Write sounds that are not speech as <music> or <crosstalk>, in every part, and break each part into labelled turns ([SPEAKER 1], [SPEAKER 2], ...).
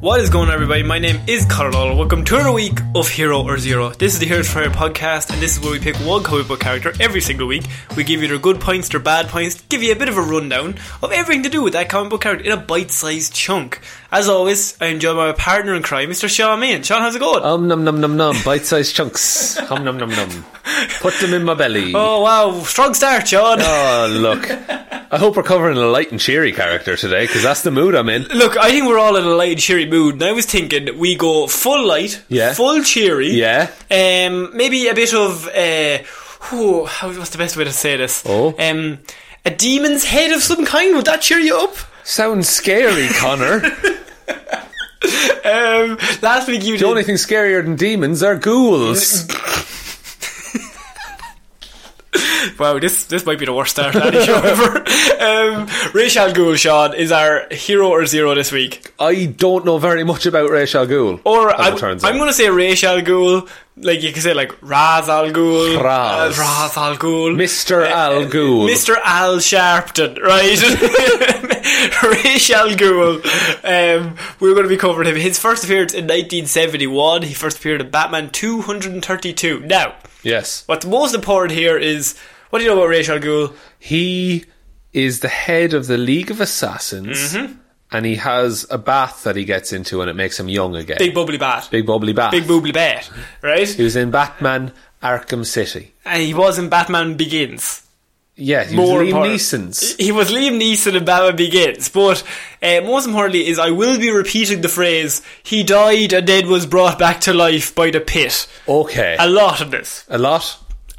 [SPEAKER 1] What is going on, everybody? My name is Carlolo. Welcome to another week of Hero or Zero. This is the Heroes for Hire podcast, and this is where we pick one comic book character every single week. We give you their good points, their bad points, give you a bit of a rundown of everything to do with that comic book character in a bite sized chunk. As always, I enjoy my partner in crime, Mr. Sean Main. Sean, how's it going?
[SPEAKER 2] Um num num num num, bite sized chunks. Hum num num num. Put them in my belly. Oh,
[SPEAKER 1] oh, wow. Strong start, Sean.
[SPEAKER 2] look. I hope we're covering a light and cheery character today, because that's the mood I'm in.
[SPEAKER 1] Look, I think we're all in a light and cheery mood, and I was thinking we go full light,
[SPEAKER 2] Yeah.
[SPEAKER 1] full cheery,
[SPEAKER 2] Yeah.
[SPEAKER 1] um, maybe a bit of uh, whew, how- what's the best way to say this?
[SPEAKER 2] Oh.
[SPEAKER 1] um, a demon's head of some kind. Would that cheer you up?
[SPEAKER 2] Sounds scary, Connor.
[SPEAKER 1] Um, last week you
[SPEAKER 2] the
[SPEAKER 1] did.
[SPEAKER 2] only thing scarier than demons are ghouls.
[SPEAKER 1] wow, this this might be the worst start to any show ever. <laughs> Um, Rachel Gould, Sean, is our hero or zero this week,
[SPEAKER 2] I don't know very much about Rachel Ghoul.
[SPEAKER 1] or
[SPEAKER 2] as it
[SPEAKER 1] I'm,
[SPEAKER 2] turns
[SPEAKER 1] I'm
[SPEAKER 2] out.
[SPEAKER 1] going to say Rachel Gould. Like you can say like Raz Al Ghul,
[SPEAKER 2] Raz.
[SPEAKER 1] uh, Raz Al Ghul,
[SPEAKER 2] Mr. Al
[SPEAKER 1] uh,
[SPEAKER 2] Ghoul.
[SPEAKER 1] Mr. Al Sharpton, right? <laughs> Rachel Gould. Um, we're going to be covering him. His first appearance in 1971. He first appeared in Batman 232. Now,
[SPEAKER 2] Yes.
[SPEAKER 1] what's most important here is what do you know about Rachel Gould?
[SPEAKER 2] He is the head of the League of Assassins,
[SPEAKER 1] Mm-hmm.
[SPEAKER 2] and he has a bath that he gets into, and it makes him young again.
[SPEAKER 1] Big bubbly bat.
[SPEAKER 2] Big bubbly bath.
[SPEAKER 1] Big boobly bat, right?
[SPEAKER 2] He was in Batman Arkham City.
[SPEAKER 1] And he was in Batman Begins.
[SPEAKER 2] Yeah, he
[SPEAKER 1] More
[SPEAKER 2] was Liam
[SPEAKER 1] important.
[SPEAKER 2] Neeson's.
[SPEAKER 1] He was Liam Neeson in Batman Begins, but uh, most importantly is I will be repeating the phrase, he died and then was brought back to life by the pit.
[SPEAKER 2] Okay.
[SPEAKER 1] A lot of this.
[SPEAKER 2] A lot?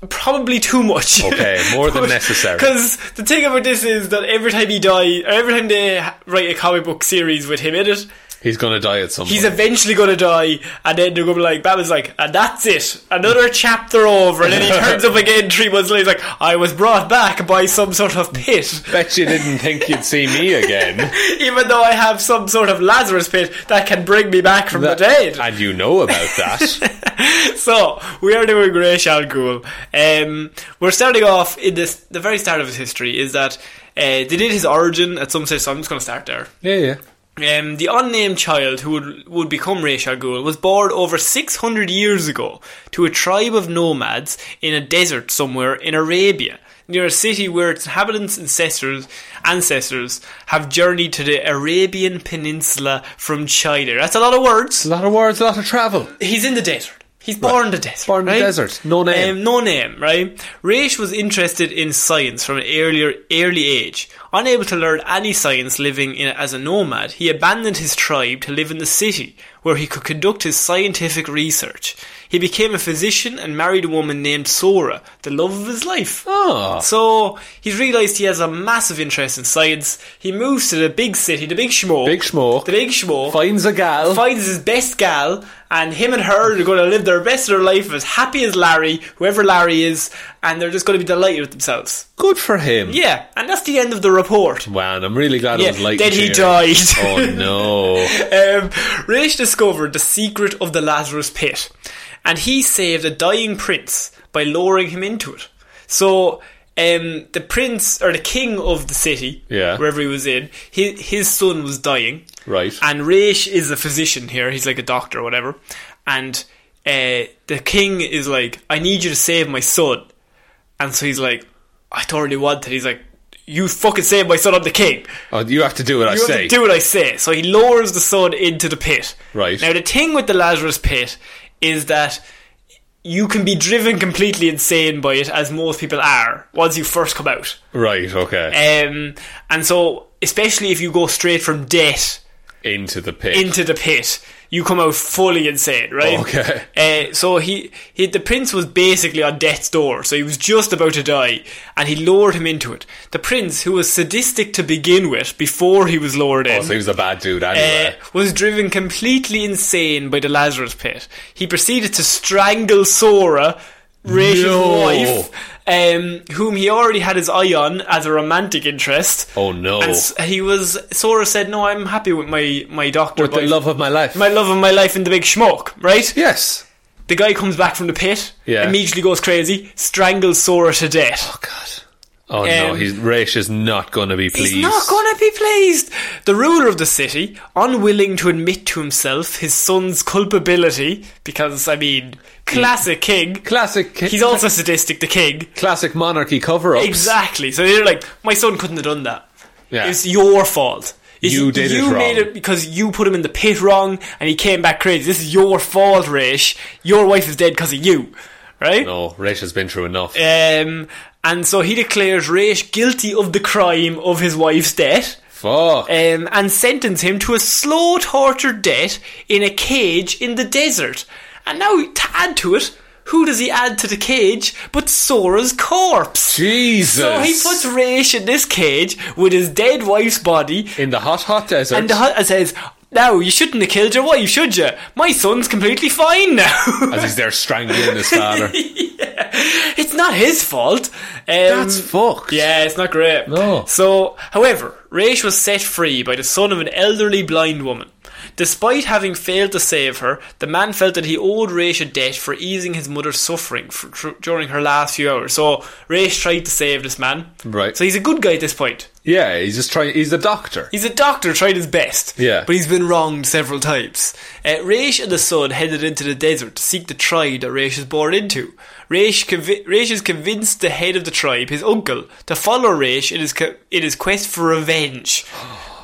[SPEAKER 1] probably too much.
[SPEAKER 2] <laughs> Okay, more than necessary.
[SPEAKER 1] Because the thing about this is that every time he dies, or every time they ha- write a comic book series with him in it,
[SPEAKER 2] He's going to die at some
[SPEAKER 1] he's
[SPEAKER 2] point.
[SPEAKER 1] eventually going to die, and then they're going to be like, Batman's like, and that's it, another chapter over, and then
[SPEAKER 2] <laughs>
[SPEAKER 1] he turns up again three months later, he's like, I was brought back by some sort of pit.
[SPEAKER 2] Bet you didn't think you'd see me <laughs> again.
[SPEAKER 1] Even though I have some sort of Lazarus pit that can bring me back from the dead.
[SPEAKER 2] And you know about that.
[SPEAKER 1] <laughs> So we are doing Ra's al Ghul. Um, we're starting off in this. The very start of his history is that uh, they did his origin at some stage. So I'm just going to start there.
[SPEAKER 2] <laughs> yeah, yeah.
[SPEAKER 1] Um, the unnamed child who would, would become Ra's al Ghul was born over 600 years ago to a tribe of nomads in a desert somewhere in Arabia. Near a city where its inhabitants' ancestors, ancestors have journeyed to the Arabian Peninsula from China. That's a lot of words
[SPEAKER 2] A lot of words, a lot of travel.
[SPEAKER 1] he's in the desert. He's born in the desert.
[SPEAKER 2] Born in the
[SPEAKER 1] right?
[SPEAKER 2] desert. No name.
[SPEAKER 1] Um, no name, right? Raish was interested in science from an earlier early age. Unable to learn any science living in, as a nomad, he abandoned his tribe to live in the city, where he could conduct his scientific research. He became a physician and married a woman named Sora, the love of his life.
[SPEAKER 2] Oh.
[SPEAKER 1] So he's realised he has a massive interest in science. He moves to the big city, the big schmo.
[SPEAKER 2] Big schmo.
[SPEAKER 1] The big schmo
[SPEAKER 2] Finds a gal.
[SPEAKER 1] finds his best gal, and him and her are going to live their best of their life as happy as Larry, whoever Larry is, and they're just going to be delighted with themselves.
[SPEAKER 2] Good for him.
[SPEAKER 1] Yeah, and that's the end of the report.
[SPEAKER 2] Wow, and I'm really glad
[SPEAKER 1] Yeah,
[SPEAKER 2] I was late.
[SPEAKER 1] then
[SPEAKER 2] and
[SPEAKER 1] he
[SPEAKER 2] cheery.
[SPEAKER 1] died.
[SPEAKER 2] Oh,
[SPEAKER 1] <laughs>
[SPEAKER 2] no.
[SPEAKER 1] Um, Raish discovered the secret of the Lazarus pit, and he saved a dying prince by lowering him into it. So. Um, the prince or the king of the city,
[SPEAKER 2] Yeah.
[SPEAKER 1] wherever he was in, his, his son was dying,
[SPEAKER 2] Right.
[SPEAKER 1] and Raish is a physician here. He's like a doctor or whatever. And uh, the king is like, I need you to save my son. And so he's like, I don't really want it. He's like, you fucking say my son, I'm the king.
[SPEAKER 2] Oh, you have to do what I
[SPEAKER 1] You have
[SPEAKER 2] say.
[SPEAKER 1] to do what I say. So he lowers the son into the pit.
[SPEAKER 2] Right.
[SPEAKER 1] Now, the thing with the Lazarus pit is that you can be driven completely insane by it, as most people are, once you first come out.
[SPEAKER 2] right, okay.
[SPEAKER 1] Um, and so, especially if you go straight from death
[SPEAKER 2] into the pit.
[SPEAKER 1] into the pit, you come out fully insane, right?
[SPEAKER 2] Okay.
[SPEAKER 1] Uh, so he, he, the prince was basically on death's door, so he was just about to die, and he lowered him into it. The prince, who was sadistic to begin with before he was lowered in,
[SPEAKER 2] Oh, so he was a bad dude
[SPEAKER 1] uh,
[SPEAKER 2] anyway.
[SPEAKER 1] was driven completely insane by the Lazarus pit. He proceeded to strangle Sora, Rachel's
[SPEAKER 2] No.
[SPEAKER 1] wife, um, whom he already had his eye on as a romantic interest.
[SPEAKER 2] oh no.
[SPEAKER 1] And s- he was Sora said, "No, I'm happy with my my doctor,
[SPEAKER 2] With the
[SPEAKER 1] wife.
[SPEAKER 2] love of my life.
[SPEAKER 1] my love of my life, and the big schmuck." Right?
[SPEAKER 2] yes.
[SPEAKER 1] The guy comes back from the pit,
[SPEAKER 2] Yeah.
[SPEAKER 1] immediately goes crazy, strangles Sora to death.
[SPEAKER 2] Oh god. Oh no,
[SPEAKER 1] Um,
[SPEAKER 2] he's Raish is not gonna be pleased.
[SPEAKER 1] He's not gonna be pleased. The ruler of the city, unwilling to admit to himself his son's culpability, because I mean, classic king.
[SPEAKER 2] classic ki-
[SPEAKER 1] He's also sadistic. The king,
[SPEAKER 2] classic monarchy cover ups.
[SPEAKER 1] exactly. So they're like, my son couldn't have done that.
[SPEAKER 2] Yeah.
[SPEAKER 1] It's your fault. It's-
[SPEAKER 2] You did it
[SPEAKER 1] you made
[SPEAKER 2] wrong.
[SPEAKER 1] it because you put him in the pit wrong, and he came back crazy. This is your fault, Raish. Your wife is dead because of you, right?
[SPEAKER 2] No, Raish has been through enough.
[SPEAKER 1] Um, and so he declares Raish guilty of the crime of his wife's death.
[SPEAKER 2] Fuck.
[SPEAKER 1] um, and sentence him to a slow, tortured death in a cage in the desert. And now, to add to it, who does he add to the cage but Sora's corpse?
[SPEAKER 2] Jesus.
[SPEAKER 1] So he puts Raish in this cage with his dead wife's body
[SPEAKER 2] in the hot hot desert.
[SPEAKER 1] and the hut says, Now, you shouldn't have killed your wife, should you? My son's completely fine now. <laughs>
[SPEAKER 2] as he's there strangling his father.
[SPEAKER 1] it's not his fault. Um,
[SPEAKER 2] That's fucked.
[SPEAKER 1] Yeah, it's not great.
[SPEAKER 2] No.
[SPEAKER 1] So, however, Raish was set free by the son of an elderly blind woman. Despite having failed to save her, the man felt that he owed Raish a debt for easing his mother's suffering for, tr- during her last few hours. So, Raish tried to save this man.
[SPEAKER 2] Right.
[SPEAKER 1] So, he's a good guy at this point.
[SPEAKER 2] Yeah, he's just trying. He's a doctor.
[SPEAKER 1] He's a doctor, tried his best.
[SPEAKER 2] Yeah.
[SPEAKER 1] But he's been wronged several times. Uh, Raish and the son headed into the desert to seek the tribe that Raish was born into. Raish, convi- Raish has convinced the head of the tribe, his uncle, to follow Raish in his, co- in his quest for revenge.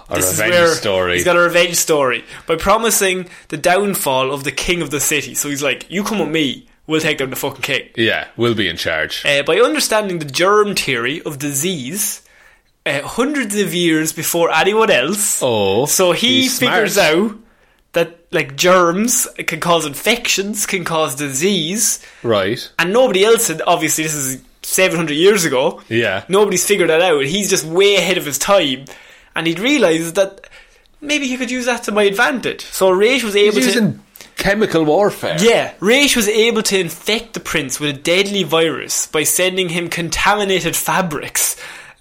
[SPEAKER 2] A
[SPEAKER 1] This is
[SPEAKER 2] revenge
[SPEAKER 1] where
[SPEAKER 2] story.
[SPEAKER 1] He's got a revenge story by promising the downfall of the king of the city. So he's like, you come with me, we'll take down the fucking king.
[SPEAKER 2] yeah, we'll be in charge.
[SPEAKER 1] Uh, by understanding the germ theory of disease, uh, hundreds of years before anyone else,
[SPEAKER 2] Oh,
[SPEAKER 1] so he
[SPEAKER 2] he's smart.
[SPEAKER 1] figures out that like germs can cause infections, can cause disease,
[SPEAKER 2] right.
[SPEAKER 1] and nobody else had. Obviously, this is seven hundred years ago.
[SPEAKER 2] Yeah.
[SPEAKER 1] nobody's figured that out. He's just way ahead of his time, and he'd realised that maybe he could use that to my advantage. So Raish was able
[SPEAKER 2] He's
[SPEAKER 1] to.
[SPEAKER 2] using chemical warfare.
[SPEAKER 1] Yeah, Raish was able to infect the prince with a deadly virus by sending him contaminated fabrics.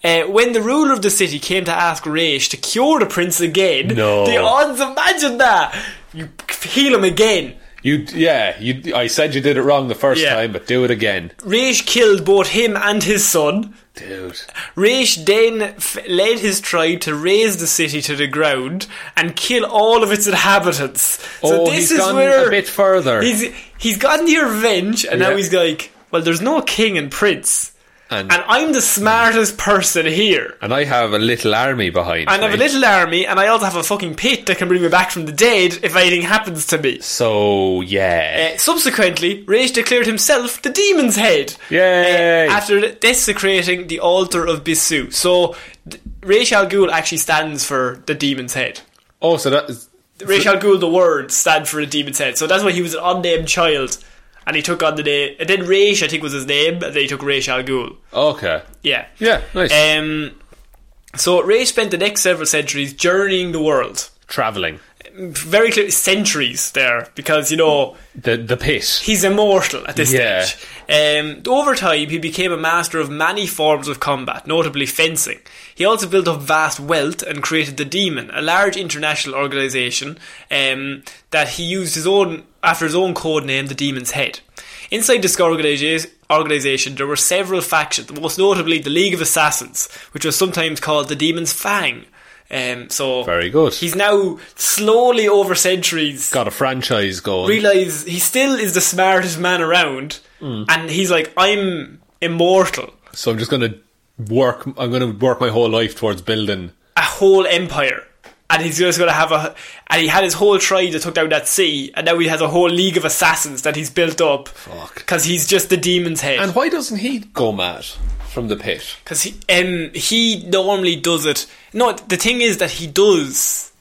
[SPEAKER 1] Uh, when the ruler of the city came to ask Raish to cure the prince again,
[SPEAKER 2] No.
[SPEAKER 1] the odds, imagine that! You heal him again.
[SPEAKER 2] You. Yeah. You. I said you did it wrong the first
[SPEAKER 1] Yeah.
[SPEAKER 2] time, but do it again,
[SPEAKER 1] Raish killed both him and his son.
[SPEAKER 2] dude.
[SPEAKER 1] Raish then f- led his tribe to raise the city to the ground and kill all of its inhabitants.
[SPEAKER 2] Oh,
[SPEAKER 1] so this
[SPEAKER 2] he's
[SPEAKER 1] is
[SPEAKER 2] gone
[SPEAKER 1] where
[SPEAKER 2] a bit further.
[SPEAKER 1] He's he's gotten the revenge, and now
[SPEAKER 2] Yeah.
[SPEAKER 1] he's like, well, there's no king and prince,
[SPEAKER 2] And
[SPEAKER 1] and
[SPEAKER 2] and,
[SPEAKER 1] I'm the smartest person here.
[SPEAKER 2] I have a little army behind.
[SPEAKER 1] And I have a
[SPEAKER 2] me.
[SPEAKER 1] little army, and I also have a fucking pit that can bring me back from the dead if anything happens to me.
[SPEAKER 2] So yeah.
[SPEAKER 1] Uh, subsequently, Raish declared himself the demon's head.
[SPEAKER 2] Yay.
[SPEAKER 1] Uh, after desecrating the altar of Bisu. So, th- Raish al Ghul actually stands for the demon's head.
[SPEAKER 2] oh, so that is
[SPEAKER 1] Raish al Ghul, the word, stand for the demon's head. So that's why he was an unnamed child. And he took on the name. And then Raish, I think, was his name. And then he took Raish al Ghul.
[SPEAKER 2] okay.
[SPEAKER 1] Yeah.
[SPEAKER 2] Yeah. Nice.
[SPEAKER 1] Um, so Raish spent the next several centuries journeying the world.
[SPEAKER 2] Traveling.
[SPEAKER 1] Very clear centuries there, because, you know,
[SPEAKER 2] The the pit.
[SPEAKER 1] he's immortal at this
[SPEAKER 2] Yeah.
[SPEAKER 1] stage. Um, over time, he became a master of many forms of combat, notably fencing. He also built up vast wealth and created the Demon, a large international organization um, that he used his own after his own code name, the Demon's Head. Inside this organisa- organization, there were several factions, most notably the League of Assassins, which was sometimes called the Demon's Fang. Um, so
[SPEAKER 2] Very good.
[SPEAKER 1] He's now slowly over centuries
[SPEAKER 2] Got a franchise going.
[SPEAKER 1] realize he still is the smartest man around, and he's like, I'm immortal,
[SPEAKER 2] So I'm just gonna work. I'm gonna work my whole life towards building.
[SPEAKER 1] a whole empire. And he's just going to have a. And he had his whole tribe that took down that city, and now he has a whole league of assassins that he's built up.
[SPEAKER 2] Fuck.
[SPEAKER 1] Because he's just the demon's head.
[SPEAKER 2] And why doesn't he go mad from the pit?
[SPEAKER 1] Because he, um, he normally does it. No, the thing is that he does.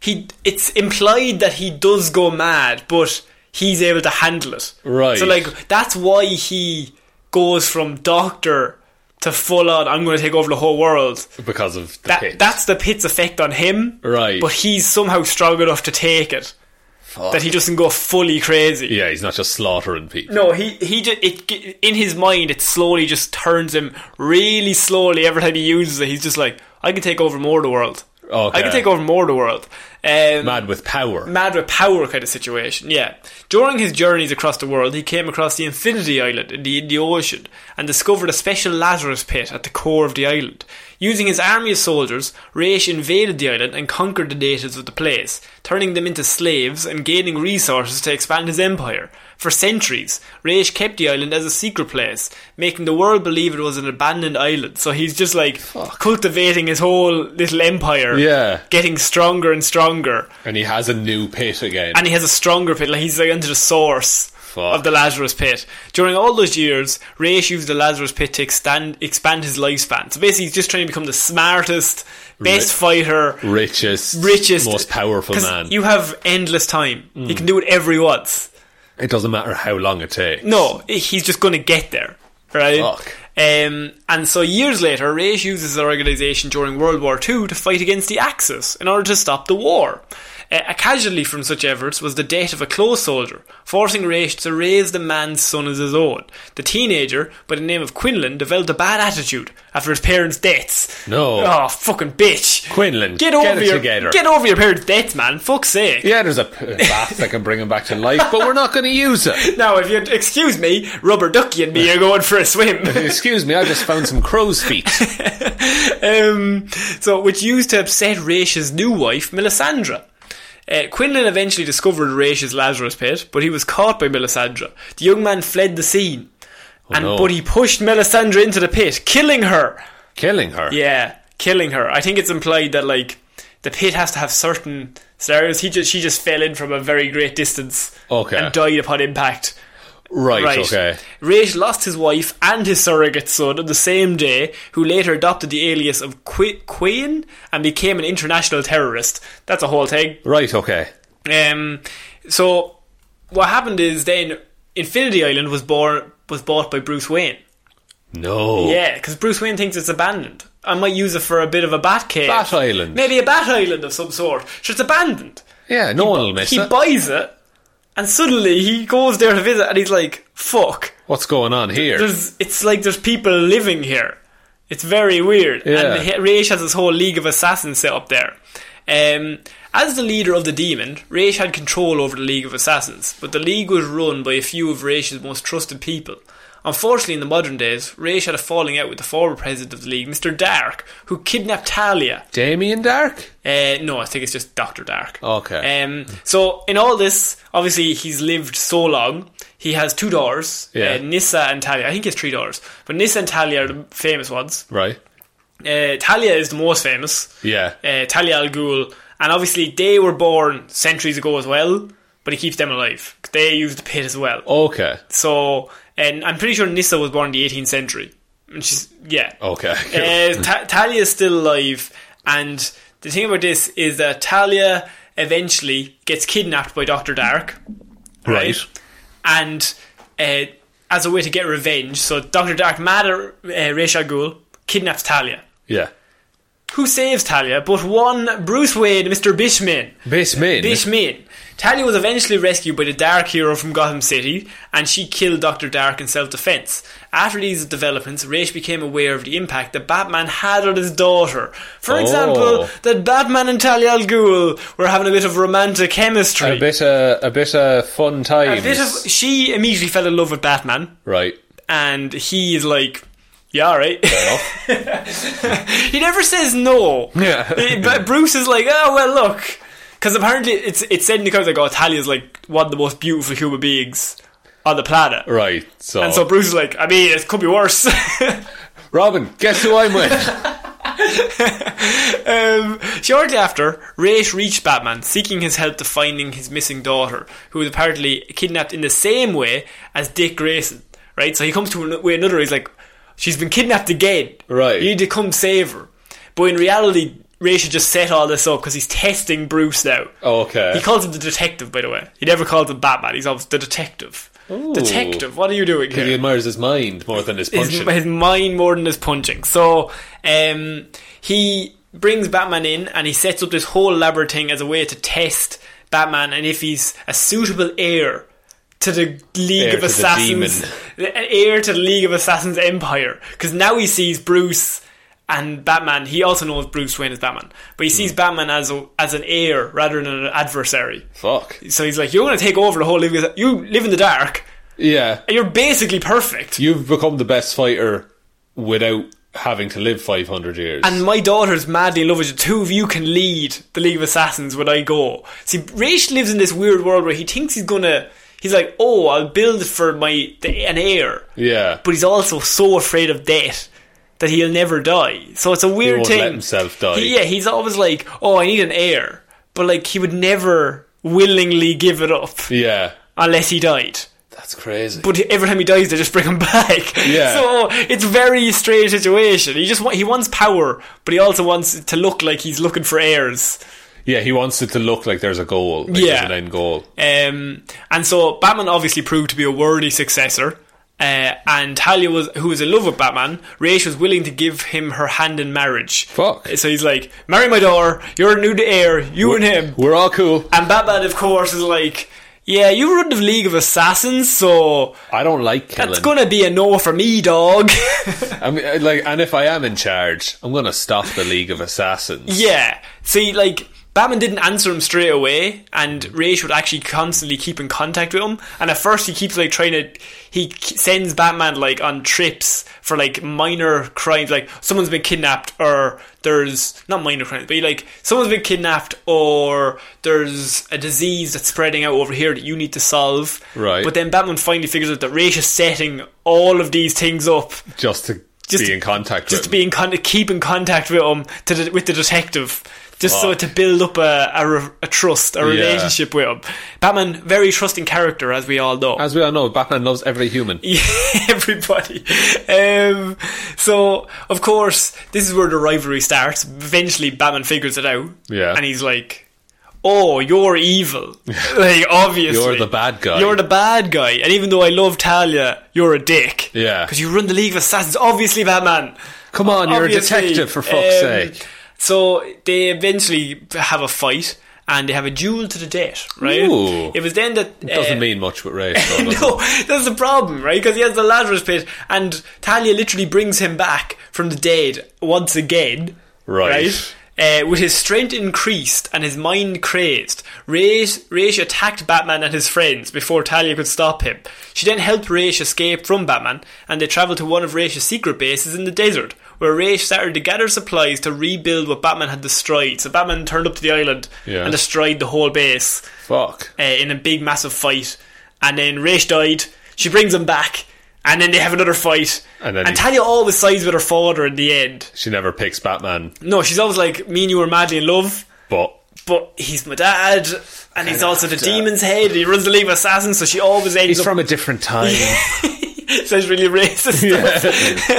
[SPEAKER 1] He it's implied that he does go mad, but he's able to handle it.
[SPEAKER 2] Right.
[SPEAKER 1] So like that's why he goes from doctor to full on. I'm going to take over the whole world.
[SPEAKER 2] Because of the
[SPEAKER 1] That
[SPEAKER 2] pit.
[SPEAKER 1] that's the pit's effect on him.
[SPEAKER 2] Right.
[SPEAKER 1] But he's somehow strong enough to take it
[SPEAKER 2] Fuck.
[SPEAKER 1] that he doesn't go fully crazy.
[SPEAKER 2] yeah, he's not just slaughtering people.
[SPEAKER 1] No, he he just it in his mind it slowly just turns him really slowly. Every time he uses it, he's just like, I can take over more of the world.
[SPEAKER 2] Okay.
[SPEAKER 1] I can take over more of the world. Um,
[SPEAKER 2] Mad with power.
[SPEAKER 1] mad with power kind of situation. Yeah. During his journeys across the world, he came across the Infinity Island in the Indian Ocean and discovered a special Lazarus pit at the core of the island. Using his army of soldiers, Raish invaded the island and conquered the natives of the place, turning them into slaves and gaining resources to expand his empire. For centuries, Raish kept the island as a secret place, making the world believe it was an abandoned island. So he's just like cultivating his whole little empire,
[SPEAKER 2] Yeah.
[SPEAKER 1] getting stronger and stronger
[SPEAKER 2] and he has a new pit again.
[SPEAKER 1] and he has a stronger pit. Like he's like into the source
[SPEAKER 2] Fuck.
[SPEAKER 1] of the Lazarus pit. During all those years, Raish used the Lazarus pit to extend, expand his lifespan. So basically, he's just trying to become the smartest, best fighter,
[SPEAKER 2] richest,
[SPEAKER 1] richest,
[SPEAKER 2] most powerful
[SPEAKER 1] 'Cause
[SPEAKER 2] man. Mm.
[SPEAKER 1] You have endless time. He can do whatever he wants.
[SPEAKER 2] it doesn't matter how long it takes.
[SPEAKER 1] No, he's just going to get there, right?
[SPEAKER 2] Fuck.
[SPEAKER 1] Um, and so years later, Raish uses their organisation during World War II to fight against the Axis in order to stop the war. Uh, a casualty from such efforts was the death of a close soldier, forcing Raish to raise the man's son as his own. The teenager, by the name of Quinlan, developed a bad attitude after his parents' deaths.
[SPEAKER 2] No.
[SPEAKER 1] Oh, fucking bitch.
[SPEAKER 2] Quinlan,
[SPEAKER 1] Get
[SPEAKER 2] get
[SPEAKER 1] over
[SPEAKER 2] it
[SPEAKER 1] your,
[SPEAKER 2] together.
[SPEAKER 1] Get over your parents' deaths, man. Fuck's sake.
[SPEAKER 2] Yeah, there's a p- <coughs> bath that can bring him back to life, but we're not going to use it.
[SPEAKER 1] Now, if you'd excuse me, Rubber Ducky and me are going for a
[SPEAKER 2] <laughs>
[SPEAKER 1] swim.
[SPEAKER 2] Excuse me, I just found some crow's feet.
[SPEAKER 1] <laughs> um, so, which used to upset Raish's new wife, Melisandre. Uh, Quinlan eventually discovered Raish's Lazarus pit, but he was caught by Melisandre. The young man fled the scene, and
[SPEAKER 2] Oh, no.
[SPEAKER 1] but he pushed Melisandre into the pit, killing her.
[SPEAKER 2] Killing her.
[SPEAKER 1] Yeah, killing her. I think it's implied that like the pit has to have certain scenarios. He just she just fell in from a very great distance,
[SPEAKER 2] Okay.
[SPEAKER 1] and died upon impact.
[SPEAKER 2] Right,
[SPEAKER 1] Right.
[SPEAKER 2] okay.
[SPEAKER 1] Raish lost his wife and his surrogate son on the same day, who later adopted the alias of Qu- Queen and became an international terrorist. That's a whole thing.
[SPEAKER 2] Right, okay.
[SPEAKER 1] Um, so what happened is then Infinity Island was born was bought by Bruce Wayne.
[SPEAKER 2] No.
[SPEAKER 1] Yeah, because Bruce Wayne thinks it's abandoned. I might use it for a bit of a bat cave,
[SPEAKER 2] Bat Island.
[SPEAKER 1] maybe a bat island of some sort. Sure, it's abandoned.
[SPEAKER 2] Yeah, no one will miss
[SPEAKER 1] He
[SPEAKER 2] it.
[SPEAKER 1] buys it, and suddenly he goes there to visit, and he's like, "Fuck."
[SPEAKER 2] What's going on here?
[SPEAKER 1] there's it's like there's people living here. It's very weird.
[SPEAKER 2] Yeah.
[SPEAKER 1] And he- Raish has his whole league of assassins set up there. Um, as the leader of the demon, Raish had control over the League of Assassins, but the league was run by a few of Raish's most trusted people. Unfortunately, in the modern days, Raish had a falling out with the former president of the league, Mr. Dark, who kidnapped Talia.
[SPEAKER 2] Damien Dark?
[SPEAKER 1] Uh, no, I think it's just Doctor Dark.
[SPEAKER 2] Okay.
[SPEAKER 1] Um, so in all this, obviously he's lived so long. He has two daughters,
[SPEAKER 2] Yeah.
[SPEAKER 1] uh, Nissa and Talia. I think he has three daughters, but Nissa and Talia are the famous ones.
[SPEAKER 2] Right.
[SPEAKER 1] Uh, Talia is the most famous.
[SPEAKER 2] Yeah.
[SPEAKER 1] Uh, Talia al Ghul, and obviously they were born centuries ago as well. But he keeps them alive. They use the pit as well.
[SPEAKER 2] Okay.
[SPEAKER 1] So, and I'm pretty sure Nissa was born in the 18th century. And she's yeah.
[SPEAKER 2] Okay.
[SPEAKER 1] Uh, Ta- Talia is still alive, and the thing about this is that Talia eventually gets kidnapped by Doctor Dark,
[SPEAKER 2] Right.
[SPEAKER 1] And uh, as a way to get revenge, so Doctor Dark, mad at uh, Ra's al Ghul, kidnaps Talia.
[SPEAKER 2] Yeah.
[SPEAKER 1] Who saves Talia? But one Bruce Wayne, Mr. Bishman.
[SPEAKER 2] Base main.
[SPEAKER 1] Bishman. Talia was eventually rescued by the Dark Hero from Gotham City, and she killed Dr. Dark in self defense. After these developments, Raish became aware of the impact that Batman had on his daughter. For example, that Batman and Talia al Ghul were having a bit of romantic chemistry.
[SPEAKER 2] a bit of a bit of fun times.
[SPEAKER 1] A bit of. She immediately fell in love with Batman,
[SPEAKER 2] right.
[SPEAKER 1] and he is like, yeah, <laughs> alright. he never says no.
[SPEAKER 2] Yeah.
[SPEAKER 1] Eh, but Bruce is like, oh, well, look. Because apparently it's it's said in the comics like, oh, Talia's like one of the most beautiful human beings on the planet.
[SPEAKER 2] Right. So,
[SPEAKER 1] And so Bruce is like, I mean, it could be worse. <laughs>
[SPEAKER 2] Robin, guess who I'm with?
[SPEAKER 1] um, shortly after, Raish reached Batman, seeking his help to finding his missing daughter, who was apparently kidnapped in the same way as Dick Grayson. Right, so he comes to an- way another. He's like, she's been kidnapped again.
[SPEAKER 2] Right.
[SPEAKER 1] you need to come save her. But in reality, Raish had just set all this up because he's testing Bruce now.
[SPEAKER 2] Okay.
[SPEAKER 1] He calls him the detective, by the way. He never calls him Batman. He's always the detective. Detective, what are you doing here?
[SPEAKER 2] he admires his mind more than his
[SPEAKER 1] his,
[SPEAKER 2] punching.
[SPEAKER 1] his mind more than his punching. So um, he brings Batman in and he sets up this whole labyrinth thing as a way to test Batman and if he's a suitable heir to the League
[SPEAKER 2] Heir
[SPEAKER 1] of
[SPEAKER 2] to the
[SPEAKER 1] Assassins,
[SPEAKER 2] demon.
[SPEAKER 1] an heir to the League of Assassins Empire. Because now he sees Bruce and Batman. He also knows Bruce Wayne is Batman, but he
[SPEAKER 2] Hmm.
[SPEAKER 1] sees Batman as a, as an heir rather than an adversary.
[SPEAKER 2] Fuck.
[SPEAKER 1] So he's like, "You're going to take over the whole League. Of, you live in the dark,
[SPEAKER 2] Yeah.
[SPEAKER 1] and you're basically perfect."
[SPEAKER 2] You've become the best fighter without having to live 500 years.
[SPEAKER 1] And my daughter's madly in love with you. The two of you can lead the League of Assassins when I go. See, Raish lives in this weird world where he thinks he's gonna. He's like, oh, I'll build for my the, an heir,
[SPEAKER 2] yeah.
[SPEAKER 1] but he's also so afraid of death that he'll never die. So it's a weird
[SPEAKER 2] won't
[SPEAKER 1] thing.
[SPEAKER 2] let himself die.
[SPEAKER 1] He- yeah, he's always like, oh, I need an heir, but like he would never willingly give it up
[SPEAKER 2] yeah.
[SPEAKER 1] unless he died.
[SPEAKER 2] That's crazy.
[SPEAKER 1] But every time he dies, they just bring him <laughs> back.
[SPEAKER 2] Yeah.
[SPEAKER 1] So it's a very strange situation. He just wa- he wants power, but he also wants it to look like he's looking for heirs.
[SPEAKER 2] yeah, he wants it to look like there's a goal. Like
[SPEAKER 1] Yeah.
[SPEAKER 2] There's an end goal.
[SPEAKER 1] Um, and so Batman obviously proved to be a worthy successor. Uh, and Talia was who was in love with Batman. Raish was willing to give him her hand in marriage.
[SPEAKER 2] Fuck.
[SPEAKER 1] So he's like, "Marry my daughter. You're a new heir. You and him."
[SPEAKER 2] We're all cool.
[SPEAKER 1] And Batman, of course, is like, "Yeah, you run the League of Assassins, so
[SPEAKER 2] I don't like killing.
[SPEAKER 1] that's gonna be a no for me, dog." <laughs>
[SPEAKER 2] I mean, I- uh, like, and if I am in charge, I'm gonna stop the League
[SPEAKER 1] <laughs>
[SPEAKER 2] of Assassins.
[SPEAKER 1] Yeah. See, like, Batman didn't answer him straight away, and Raish would actually constantly keep in contact with him. And at first, he keeps, like, trying to. He k- sends Batman, like, on trips for, like, minor crimes. Like, someone's been kidnapped, or there's. Not minor crimes, but, like, someone's been kidnapped, or there's a disease that's spreading out over here that you need to solve.
[SPEAKER 2] Right.
[SPEAKER 1] But then Batman finally figures out that Raish is setting all of these things up
[SPEAKER 2] Just to
[SPEAKER 1] Just-
[SPEAKER 2] be in contact
[SPEAKER 1] just
[SPEAKER 2] with.
[SPEAKER 1] to
[SPEAKER 2] him.
[SPEAKER 1] be in con- keep in contact with him to the, with the detective just so
[SPEAKER 2] Fuck.
[SPEAKER 1] to build up a, a, re- a trust a relationship with him batman very trusting character as we all know <laughs>
[SPEAKER 2] As we all know, Batman loves every human.
[SPEAKER 1] everybody um, so of course this is where the rivalry starts eventually batman figures it out
[SPEAKER 2] Yeah.
[SPEAKER 1] and he's like oh you're evil
[SPEAKER 2] <laughs>
[SPEAKER 1] like obviously
[SPEAKER 2] You're the bad guy.
[SPEAKER 1] you're the bad guy and even though i love talia you're a dick
[SPEAKER 2] Yeah.
[SPEAKER 1] because you run the league of assassins obviously batman
[SPEAKER 2] Come on, you're
[SPEAKER 1] Obviously,
[SPEAKER 2] a detective for fuck's
[SPEAKER 1] um,
[SPEAKER 2] sake.
[SPEAKER 1] So they eventually have a fight and they have a duel to the death, right?
[SPEAKER 2] Ooh.
[SPEAKER 1] It was then that uh,
[SPEAKER 2] Doesn't mean much with
[SPEAKER 1] <laughs>
[SPEAKER 2] Ray. though, does it?
[SPEAKER 1] no, that's the problem, right? Because he has the Lazarus pit, and Talia literally brings him back from the dead once again.
[SPEAKER 2] Right.
[SPEAKER 1] right? Uh, with his strength increased and his mind crazed, Raish, Raish attacked Batman and his friends before Talia could stop him. She then helped Raish escape from Batman, and they traveled to one of Raish's secret bases in the desert, where Raish started to gather supplies to rebuild what Batman had destroyed. So Batman turned up to the island
[SPEAKER 2] Yeah.
[SPEAKER 1] and destroyed the whole base
[SPEAKER 2] Fuck.
[SPEAKER 1] uh, in a big massive fight, and then Raish died. She brings him back, and then they have another fight.
[SPEAKER 2] And
[SPEAKER 1] And,
[SPEAKER 2] then he-
[SPEAKER 1] Talia always sides with her father in the end.
[SPEAKER 2] She never picks Batman,
[SPEAKER 1] No, she's always like, "Me and you were madly in love,
[SPEAKER 2] but
[SPEAKER 1] but he's my dad, and he's also the demon's head. and he runs the League of Assassins, so she always ends
[SPEAKER 2] he's
[SPEAKER 1] up."
[SPEAKER 2] from a different time.
[SPEAKER 1] <laughs> Sounds really racist. <laughs>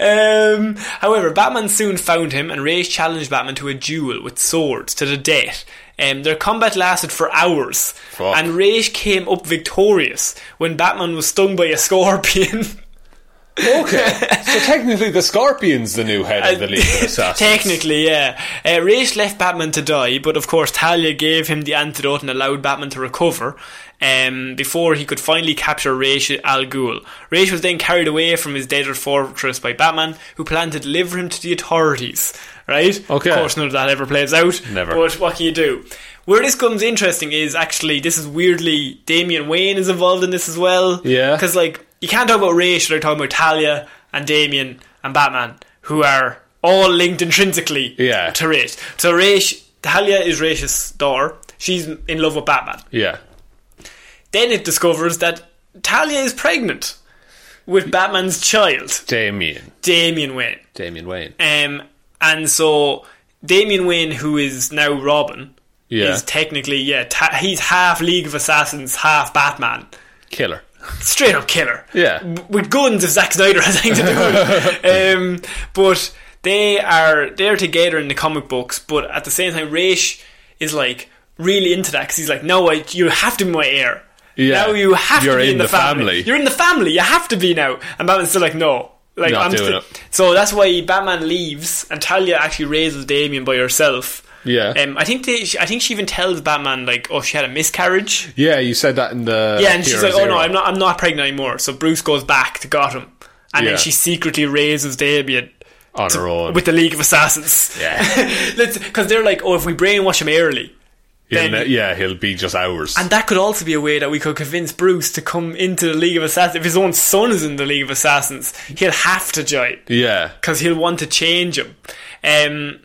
[SPEAKER 1] um, however, Batman soon found him, and Raish challenged Batman to a duel with swords to the death. Um, their combat lasted for hours,
[SPEAKER 2] Fuck.
[SPEAKER 1] and Raish came up victorious when Batman was stung by a scorpion. <laughs>
[SPEAKER 2] Okay, <laughs> so technically the Scorpion's the new head of the
[SPEAKER 1] <laughs>
[SPEAKER 2] League of Assassins.
[SPEAKER 1] Technically, yeah. Uh, Raish left Batman to die, but of course Talia gave him the antidote and allowed Batman to recover um, before he could finally capture Raish Al Ghul. Raish was then carried away from his desert fortress by Batman, who planned to deliver him to the authorities. Right?
[SPEAKER 2] Okay.
[SPEAKER 1] Of course, none of that ever plays out.
[SPEAKER 2] Never.
[SPEAKER 1] But what can you do? Where this comes interesting is actually this is weirdly Damian Wayne is involved in this as well.
[SPEAKER 2] Yeah.
[SPEAKER 1] Because like you can't talk about Raish without talking about Talia and Damien and Batman, who are all linked intrinsically
[SPEAKER 2] Yeah.
[SPEAKER 1] to Raish. So Raish Talia is Raish's daughter. She's in love with Batman.
[SPEAKER 2] Yeah,
[SPEAKER 1] Then it discovers that Talia is pregnant with Batman's child,
[SPEAKER 2] Damien.
[SPEAKER 1] Damian Wayne.
[SPEAKER 2] Damien Wayne.
[SPEAKER 1] Um, and so Damian Wayne, who is now Robin,
[SPEAKER 2] Yeah.
[SPEAKER 1] is technically yeah ta- he's half League of Assassins, half Batman,
[SPEAKER 2] Killer.
[SPEAKER 1] straight up killer.
[SPEAKER 2] Yeah.
[SPEAKER 1] W- with guns if Zack Snyder <laughs> has anything to do with
[SPEAKER 2] <laughs>
[SPEAKER 1] it. Um, but they are they're together in the comic books, but at the same time, Raish is like really into that because he's like, no, I, you have to be my heir.
[SPEAKER 2] Yeah.
[SPEAKER 1] Now you have
[SPEAKER 2] You're
[SPEAKER 1] to be in,
[SPEAKER 2] in
[SPEAKER 1] the,
[SPEAKER 2] the
[SPEAKER 1] family.
[SPEAKER 2] family.
[SPEAKER 1] You're in the family. You have to be now. And Batman's still like, no. Like
[SPEAKER 2] Not
[SPEAKER 1] I'm
[SPEAKER 2] doing
[SPEAKER 1] still-
[SPEAKER 2] it.
[SPEAKER 1] so that's why Batman leaves, and Talia actually raises Damien by herself.
[SPEAKER 2] Yeah.
[SPEAKER 1] Um, I think they, I think she even tells Batman like, "Oh, she had a miscarriage."
[SPEAKER 2] Yeah, you said that in the.
[SPEAKER 1] Yeah, and she's
[SPEAKER 2] Hero
[SPEAKER 1] like, "Oh
[SPEAKER 2] Zero.
[SPEAKER 1] no, I'm not. I'm not pregnant anymore." So Bruce goes back to Gotham, and
[SPEAKER 2] Yeah.
[SPEAKER 1] then she secretly raises Damien
[SPEAKER 2] On her own.
[SPEAKER 1] with the League of Assassins. <laughs>
[SPEAKER 2] Yeah.
[SPEAKER 1] because they're like, "Oh, if we brainwash him early."
[SPEAKER 2] He'll
[SPEAKER 1] Then,
[SPEAKER 2] ne- yeah, he'll be just ours.
[SPEAKER 1] and that could also be a way that we could convince Bruce to come into the League of Assassins. If his own son is in the League of Assassins, he'll have to join
[SPEAKER 2] yeah.
[SPEAKER 1] because he'll want to change him. Um,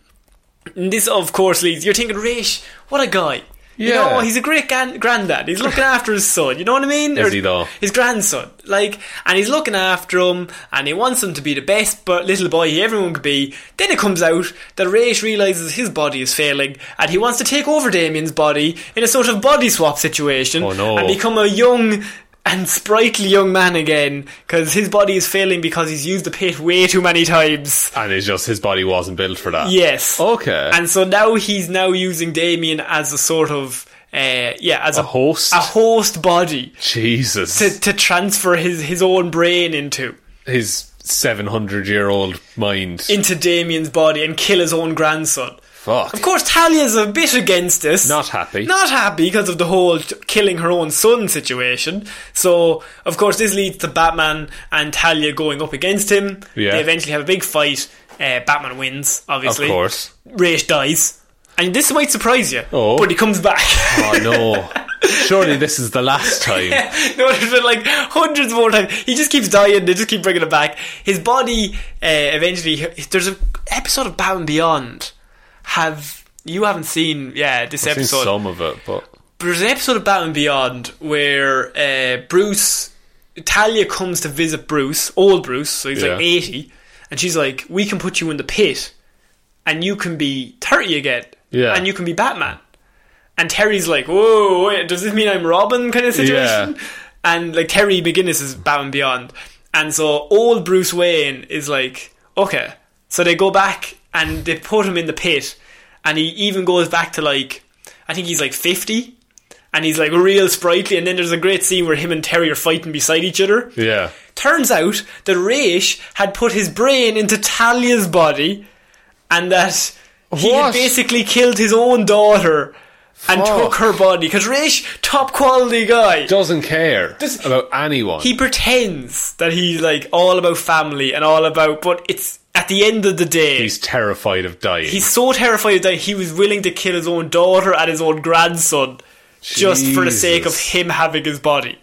[SPEAKER 1] and this, of course, leads. You're thinking, Raish, what a guy. You
[SPEAKER 2] Yeah.
[SPEAKER 1] know, he's a great gan- granddad. He's
[SPEAKER 2] <laughs>
[SPEAKER 1] looking after his son. You know what I mean?
[SPEAKER 2] Is he though?
[SPEAKER 1] His grandson. Like, and he's looking after him, and he wants him to be the best but little boy he everyone could be. Then it comes out that Raish realizes his body is failing, and he wants to take over Damien's body in a sort of body swap situation,
[SPEAKER 2] Oh, no.
[SPEAKER 1] and become a young and sprightly young man again because his body is failing because he's used the pit way too many times.
[SPEAKER 2] And it's just his body wasn't built for that.
[SPEAKER 1] Yes.
[SPEAKER 2] Okay.
[SPEAKER 1] And so now he's now using Damien as a sort of uh, yeah, as a,
[SPEAKER 2] host?
[SPEAKER 1] a host body
[SPEAKER 2] Jesus.
[SPEAKER 1] to, to transfer his his own brain into
[SPEAKER 2] his 700 year old mind.
[SPEAKER 1] into Damien's body and kill his own grandson.
[SPEAKER 2] Fuck.
[SPEAKER 1] Of course, Talia's a bit against this.
[SPEAKER 2] Not happy.
[SPEAKER 1] Not happy because of the whole t- killing her own son situation. So, of course, this leads to Batman and Talia going up against him.
[SPEAKER 2] Yeah.
[SPEAKER 1] They eventually have a big fight. Uh, Batman wins,
[SPEAKER 2] Of
[SPEAKER 1] obviously.
[SPEAKER 2] course.
[SPEAKER 1] Raish dies. And this might surprise you,
[SPEAKER 2] Oh.
[SPEAKER 1] but he comes back. <laughs>
[SPEAKER 2] Oh no. Surely this is the last time.
[SPEAKER 1] no, there's been like hundreds more times. He just keeps dying. They just keep bringing him back. His body uh, eventually. There's an episode of Bound Beyond. Have you haven't seen? Yeah, this
[SPEAKER 2] I've seen
[SPEAKER 1] episode.
[SPEAKER 2] some of it, but
[SPEAKER 1] There's an episode of Bound Beyond where uh, Bruce Talia comes to visit Bruce, old Bruce. So he's like
[SPEAKER 2] Yeah.
[SPEAKER 1] 80, and she's like, "We can put you in the pit, and you can be 30 again,
[SPEAKER 2] Yeah.
[SPEAKER 1] and you can be Batman." And Terry's like, "Whoa, wait, does this mean I'm Robin?" Kind of situation.
[SPEAKER 2] Yeah.
[SPEAKER 1] And like Terry McGinnis is Batman Beyond, and so old Bruce Wayne is like, "Okay." So they go back and they put him in the pit, and he even goes back to like, I think he's like 50. And he's like real sprightly, and then there's a great scene where him and Terry are fighting beside each other.
[SPEAKER 2] yeah.
[SPEAKER 1] Turns out that Raish had put his brain into Talia's body and that he had
[SPEAKER 2] What?
[SPEAKER 1] basically killed his own daughter and
[SPEAKER 2] Fuck.
[SPEAKER 1] took her body. Because Raish, top quality guy,
[SPEAKER 2] Doesn't care
[SPEAKER 1] Does-
[SPEAKER 2] about anyone.
[SPEAKER 1] he pretends that he's like all about family and all about, but it's at the end of the day.
[SPEAKER 2] He's terrified of dying.
[SPEAKER 1] He's so terrified that he was willing to kill his own daughter and his own grandson just for the sake of
[SPEAKER 2] Jesus.
[SPEAKER 1] him having his body.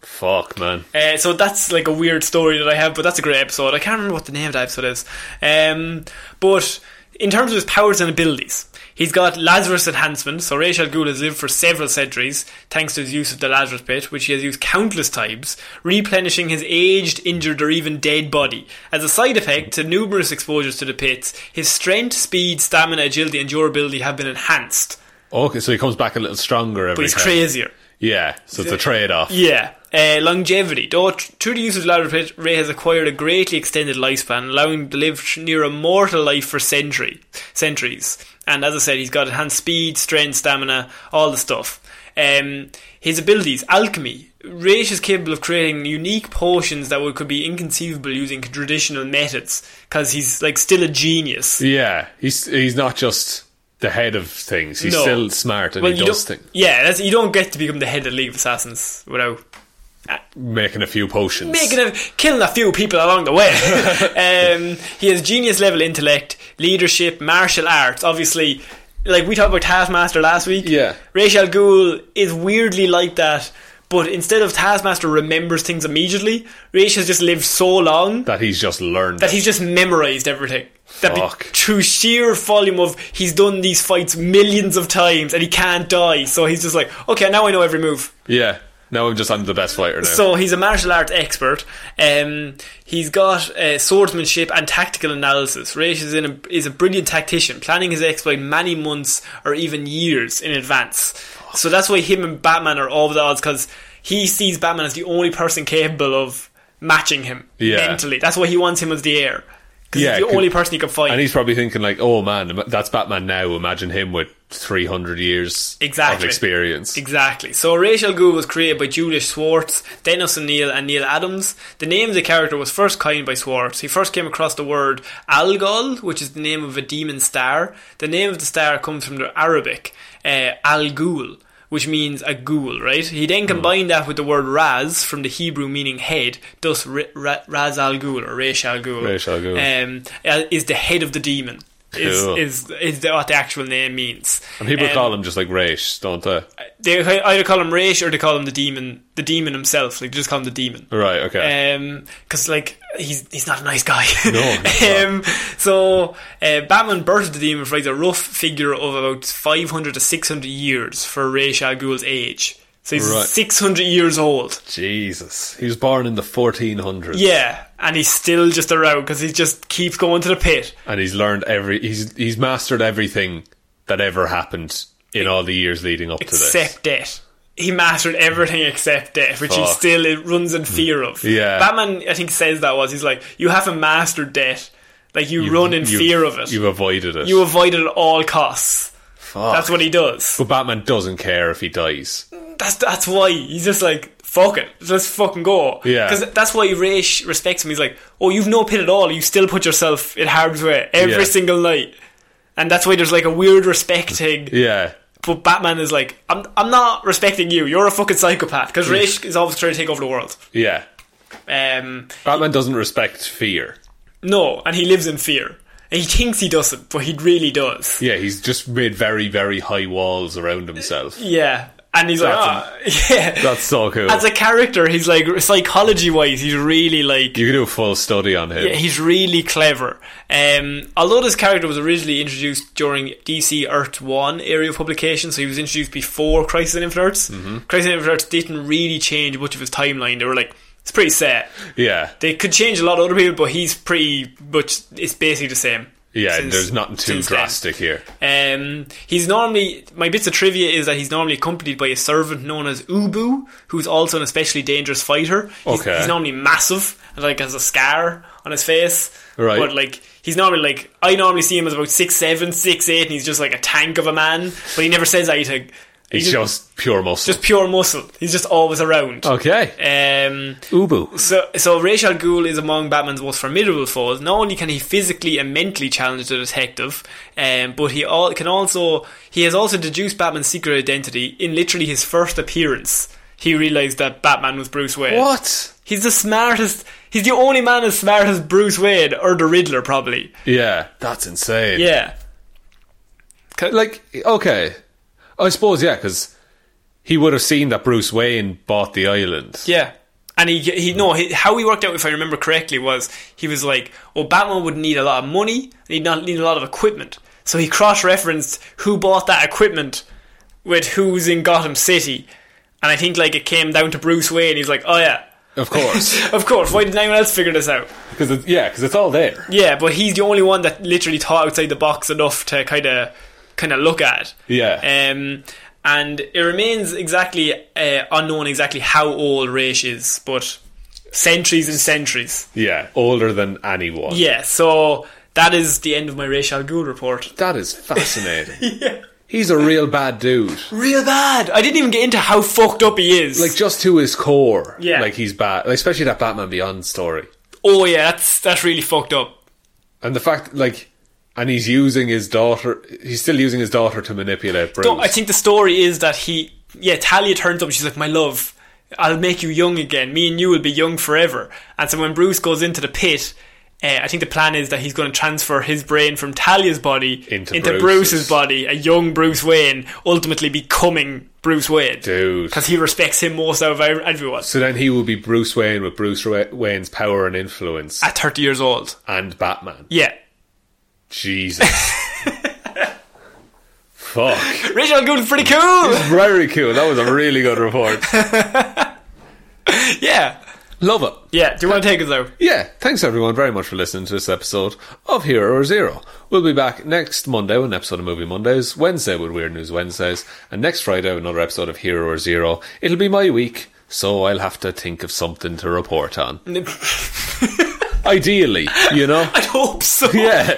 [SPEAKER 2] Fuck, man.
[SPEAKER 1] Uh, so that's like a weird story that I have, but that's a great episode. I can't remember what the name of that episode is. Um, but in terms of his powers and abilities, he's got Lazarus Enhancement. So Ra's al Ghul has lived for several centuries thanks to his use of the Lazarus Pit, which he has used countless times, replenishing his aged, injured, or even dead body. As a side effect to numerous exposures to the pits, his strength, speed, stamina, agility, and durability have been enhanced,
[SPEAKER 2] Oh, Okay, so he comes back a little stronger every
[SPEAKER 1] but he's
[SPEAKER 2] time.
[SPEAKER 1] crazier.
[SPEAKER 2] Yeah, so it's a trade off.
[SPEAKER 1] Yeah. Uh, longevity. Though tr- through the use of ladder pit, Ray has acquired a greatly extended lifespan, allowing him to live tr- near a mortal life for century, centuries. And as I said, he's got enhanced speed, strength, stamina, all the stuff. Um, his abilities, alchemy. Raish is capable of creating unique potions that would, could be inconceivable using traditional methods, because he's like still a genius.
[SPEAKER 2] Yeah, he's he's not just the head of things. He's
[SPEAKER 1] No.
[SPEAKER 2] still smart and he
[SPEAKER 1] you
[SPEAKER 2] does
[SPEAKER 1] don't,
[SPEAKER 2] things.
[SPEAKER 1] yeah, that's, you don't get to become the head of the League of Assassins without
[SPEAKER 2] Making a few potions.
[SPEAKER 1] making a killing a few people along the
[SPEAKER 2] <laughs>
[SPEAKER 1] way. um, he has genius level intellect, leadership, martial arts. Obviously, like we talked about Taskmaster last week.
[SPEAKER 2] Yeah.
[SPEAKER 1] Rachel Ghoul is weirdly like that, but instead of Taskmaster remembers things immediately, Rachel has just lived so long
[SPEAKER 2] that he's just learned.
[SPEAKER 1] that he's just memorized everything. That be-
[SPEAKER 2] Fuck.
[SPEAKER 1] through sheer volume of he's done these fights millions of times and he can't die, so he's just like, okay, now I know every move.
[SPEAKER 2] yeah. Now I'm just I'm the best fighter now.
[SPEAKER 1] So he's a martial arts expert. Um, he's got uh, swordsmanship and tactical analysis. Raish is, in a, is a brilliant tactician, planning his exploit many months or even years in advance. So that's why him and Batman are all the odds because he sees Batman as the only person capable of matching him
[SPEAKER 2] Yeah.
[SPEAKER 1] mentally. That's why he wants him as the heir. Because
[SPEAKER 2] Yeah,
[SPEAKER 1] he's the
[SPEAKER 2] 'cause-
[SPEAKER 1] only person he can fight.
[SPEAKER 2] and he's probably thinking like, "Oh man, im- that's Batman now. Imagine him with 300 years of
[SPEAKER 1] Exactly.
[SPEAKER 2] experience."
[SPEAKER 1] Exactly. So Rachel Goo was created by Julius Schwartz, Dennis O'Neill, and Neil Adams. The name of the character was first coined by Schwartz. He first came across the word Algol, which is the name of a demon star. The name of the star comes from the Arabic uh, Al Ghul. Which means a ghoul, right? He
[SPEAKER 2] Hmm.
[SPEAKER 1] then combined that with the word Raz from the Hebrew meaning head, thus Ra- Ra- Raz al Ghul or Resh al Ghul.
[SPEAKER 2] Ra's al Ghul.
[SPEAKER 1] Um, uh, is the head of the demon.
[SPEAKER 2] Cool.
[SPEAKER 1] Is, is, is the, what the actual name means.
[SPEAKER 2] and people
[SPEAKER 1] Um,
[SPEAKER 2] call him just like Raish, don't they?
[SPEAKER 1] they either call him Raish or they call him the demon, the demon himself. Like they just call him the demon,
[SPEAKER 2] Right. Okay.
[SPEAKER 1] Because like he's he's not a nice guy.
[SPEAKER 2] No, he's
[SPEAKER 1] <laughs>
[SPEAKER 2] not.
[SPEAKER 1] um, so uh, Batman birthed the demon for like a rough figure of about five hundred to six hundred years for Raish Al Ghul's age. So he's
[SPEAKER 2] Right.
[SPEAKER 1] six hundred years old.
[SPEAKER 2] Jesus, he was born in the 1400s.
[SPEAKER 1] Yeah, and he's still just around because he just keeps going to the pit.
[SPEAKER 2] and he's learned every. He's he's mastered everything that ever happened in all the years leading up to this.
[SPEAKER 1] except death. He mastered everything except death, which he
[SPEAKER 2] Fuck.
[SPEAKER 1] still i- runs in fear of.
[SPEAKER 2] Yeah.
[SPEAKER 1] Batman, I think, says that was he's like, you haven't mastered death, like you run in
[SPEAKER 2] You-
[SPEAKER 1] fear of it.
[SPEAKER 2] You
[SPEAKER 1] You,
[SPEAKER 2] avoided it.
[SPEAKER 1] avoid it at all costs.
[SPEAKER 2] Fuck.
[SPEAKER 1] That's what he does.
[SPEAKER 2] But Batman doesn't care if he dies.
[SPEAKER 1] That's that's why he's just like fuck it, let's fucking go.
[SPEAKER 2] Yeah.
[SPEAKER 1] because that's why Raish respects him. He's like, oh, you've no pit at all. You still put yourself in harm's way every
[SPEAKER 2] Yeah.
[SPEAKER 1] single night, and that's why there's like a weird respect thing.
[SPEAKER 2] Yeah.
[SPEAKER 1] But Batman is like, I'm, I'm not respecting you. You're a fucking psychopath. Because Raish is always trying to take over the world.
[SPEAKER 2] Yeah.
[SPEAKER 1] Um,
[SPEAKER 2] Batman doesn't respect fear.
[SPEAKER 1] no, and he lives in fear. And he thinks he doesn't, but he really does.
[SPEAKER 2] Yeah, he's just made very, very high walls around himself.
[SPEAKER 1] Yeah. And he's
[SPEAKER 2] That's-
[SPEAKER 1] like, ah, <laughs> yeah.
[SPEAKER 2] That's so cool.
[SPEAKER 1] As a character, he's like, psychology wise, he's really like.
[SPEAKER 2] you could do a full study on him.
[SPEAKER 1] Yeah, he's really clever. Um, although this character was originally introduced during DC Earth 1 area of publication, so he was introduced before Crisis on Infinite Earths, Crisis on Infinite Earths didn't really change much of his timeline. They were like, it's pretty set.
[SPEAKER 2] yeah.
[SPEAKER 1] They could change a lot of other people, but he's pretty much, it's basically the same.
[SPEAKER 2] Yeah,
[SPEAKER 1] since-
[SPEAKER 2] there's nothing too
[SPEAKER 1] since then.
[SPEAKER 2] drastic here.
[SPEAKER 1] Um, he's normally my bits of trivia is that he's normally accompanied by a servant known as Ubu, who's also an especially dangerous fighter. He's,
[SPEAKER 2] Okay.
[SPEAKER 1] he's normally massive and like has a scar on his face.
[SPEAKER 2] Right.
[SPEAKER 1] But like he's normally like I normally see him as about six seven, six eight, and he's just like a tank of a man. But he never says anything.
[SPEAKER 2] He's
[SPEAKER 1] just,
[SPEAKER 2] just Oh. pure muscle.
[SPEAKER 1] just pure muscle. He's just always around.
[SPEAKER 2] okay.
[SPEAKER 1] Um,
[SPEAKER 2] Ubu.
[SPEAKER 1] so, so Ra's al Ghul is among Batman's most formidable foes. Not only can he physically and mentally challenge the detective, um, but he all, can also he has also deduced Batman's secret identity in literally his first appearance. He realized that Batman was Bruce Wayne.
[SPEAKER 2] What?
[SPEAKER 1] He's the smartest. He's the only man as smart as Bruce Wayne or the Riddler, probably.
[SPEAKER 2] Yeah, that's insane.
[SPEAKER 1] Yeah,
[SPEAKER 2] Like, okay. I suppose, yeah, because he would have seen that Bruce Wayne bought the island.
[SPEAKER 1] yeah. And he, he no, he, how he worked out, if I remember correctly, was he was like, "Well, Batman would need a lot of money, and he'd not need a lot of equipment." So he cross-referenced who bought that equipment with who's in Gotham City, and I think like it came down to Bruce Wayne. He's like, "Oh yeah,
[SPEAKER 2] Of
[SPEAKER 1] <laughs>
[SPEAKER 2] course. <laughs>
[SPEAKER 1] of course. Why didn't anyone else figure this out?"
[SPEAKER 2] Because it's, yeah, because it's all there.
[SPEAKER 1] Yeah, but he's the only one that literally thought outside the box enough to kind of kind of look at.
[SPEAKER 2] Yeah.
[SPEAKER 1] Um, and it remains exactly uh, unknown exactly how old Raish is, but centuries and centuries.
[SPEAKER 2] Yeah, older than anyone.
[SPEAKER 1] Yeah. So that is the end of my Raish Al Ghul report.
[SPEAKER 2] That
[SPEAKER 1] <laughs>
[SPEAKER 2] is fascinating. He's a real bad dude.
[SPEAKER 1] Real bad. I didn't even get into how fucked up he is.
[SPEAKER 2] Like just to his core.
[SPEAKER 1] Yeah.
[SPEAKER 2] Like he's bad. Like, especially that Batman Beyond story.
[SPEAKER 1] oh yeah, that's that's really fucked up.
[SPEAKER 2] And the fact like and he's using his daughter he's still using his daughter to manipulate Bruce.
[SPEAKER 1] No, I think the story is that he, yeah, Talia turns up. She's like, "My love, I'll make you young again. Me and you will be young forever." And so when Bruce goes into the pit, uh, I think the plan is that he's going to transfer his brain from Talia's body
[SPEAKER 2] Into
[SPEAKER 1] Bruce's.
[SPEAKER 2] Bruce's.
[SPEAKER 1] body, a young Bruce Wayne, ultimately becoming Bruce Wayne
[SPEAKER 2] Dude.
[SPEAKER 1] because he respects him most out of ev- everyone
[SPEAKER 2] So then he will be Bruce Wayne with Bruce Wa- Wayne's power and influence
[SPEAKER 1] at thirty years old.
[SPEAKER 2] and Batman.
[SPEAKER 1] Yeah.
[SPEAKER 2] Jesus. Fuck.
[SPEAKER 1] Rachel Goon's pretty cool.
[SPEAKER 2] Very cool. That was a really good report.
[SPEAKER 1] <laughs> yeah.
[SPEAKER 2] Love it.
[SPEAKER 1] Yeah. <laughs> Do you want to take us out?
[SPEAKER 2] Yeah, thanks everyone very much for listening to this episode of Hero or Zero. We'll be back next Monday with an episode of Movie Mondays, Wednesday with Weird News Wednesdays, and next Friday with another episode of Hero or Zero. It'll be my week, so I'll have to think of something to report on. Ideally, you know?
[SPEAKER 1] <laughs> I hope so.
[SPEAKER 2] <laughs> yeah.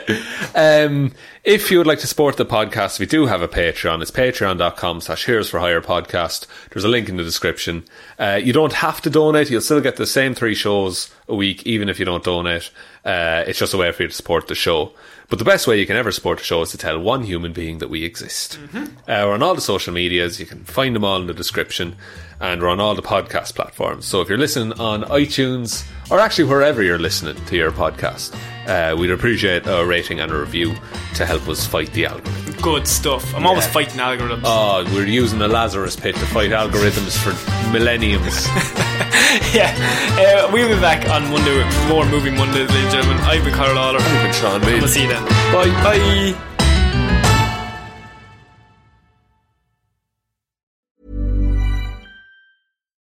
[SPEAKER 2] Um, if you would like to support the podcast, we do have a Patreon. It's patreon.com slash heroes for hire podcast. There's a link in the description. Uh, you don't have to donate. You'll still get the same three shows a week, even if you don't donate. Uh, it's just a way for you to support the show. But the best way you can ever support the show is to tell one human being that we exist.
[SPEAKER 1] Mm-hmm.
[SPEAKER 2] Uh, we're on all the social medias. You can find them all in the description. And we're on all the podcast platforms. So if you're listening on iTunes or actually wherever you're listening to your podcast, uh, we'd appreciate a rating and a review to help us fight the algorithm.
[SPEAKER 1] Good stuff. I'm always fighting algorithms.
[SPEAKER 2] Oh, we're using a Lazarus pit to fight algorithms for
[SPEAKER 1] <laughs>
[SPEAKER 2] millenniums.
[SPEAKER 1] yeah. Uh, we'll be back on Monday with more Movie Mondays, ladies and gentlemen. I've been Carl Lawler.
[SPEAKER 2] Even Sean Bean.
[SPEAKER 1] We'll see you then.
[SPEAKER 2] Bye.
[SPEAKER 1] Bye.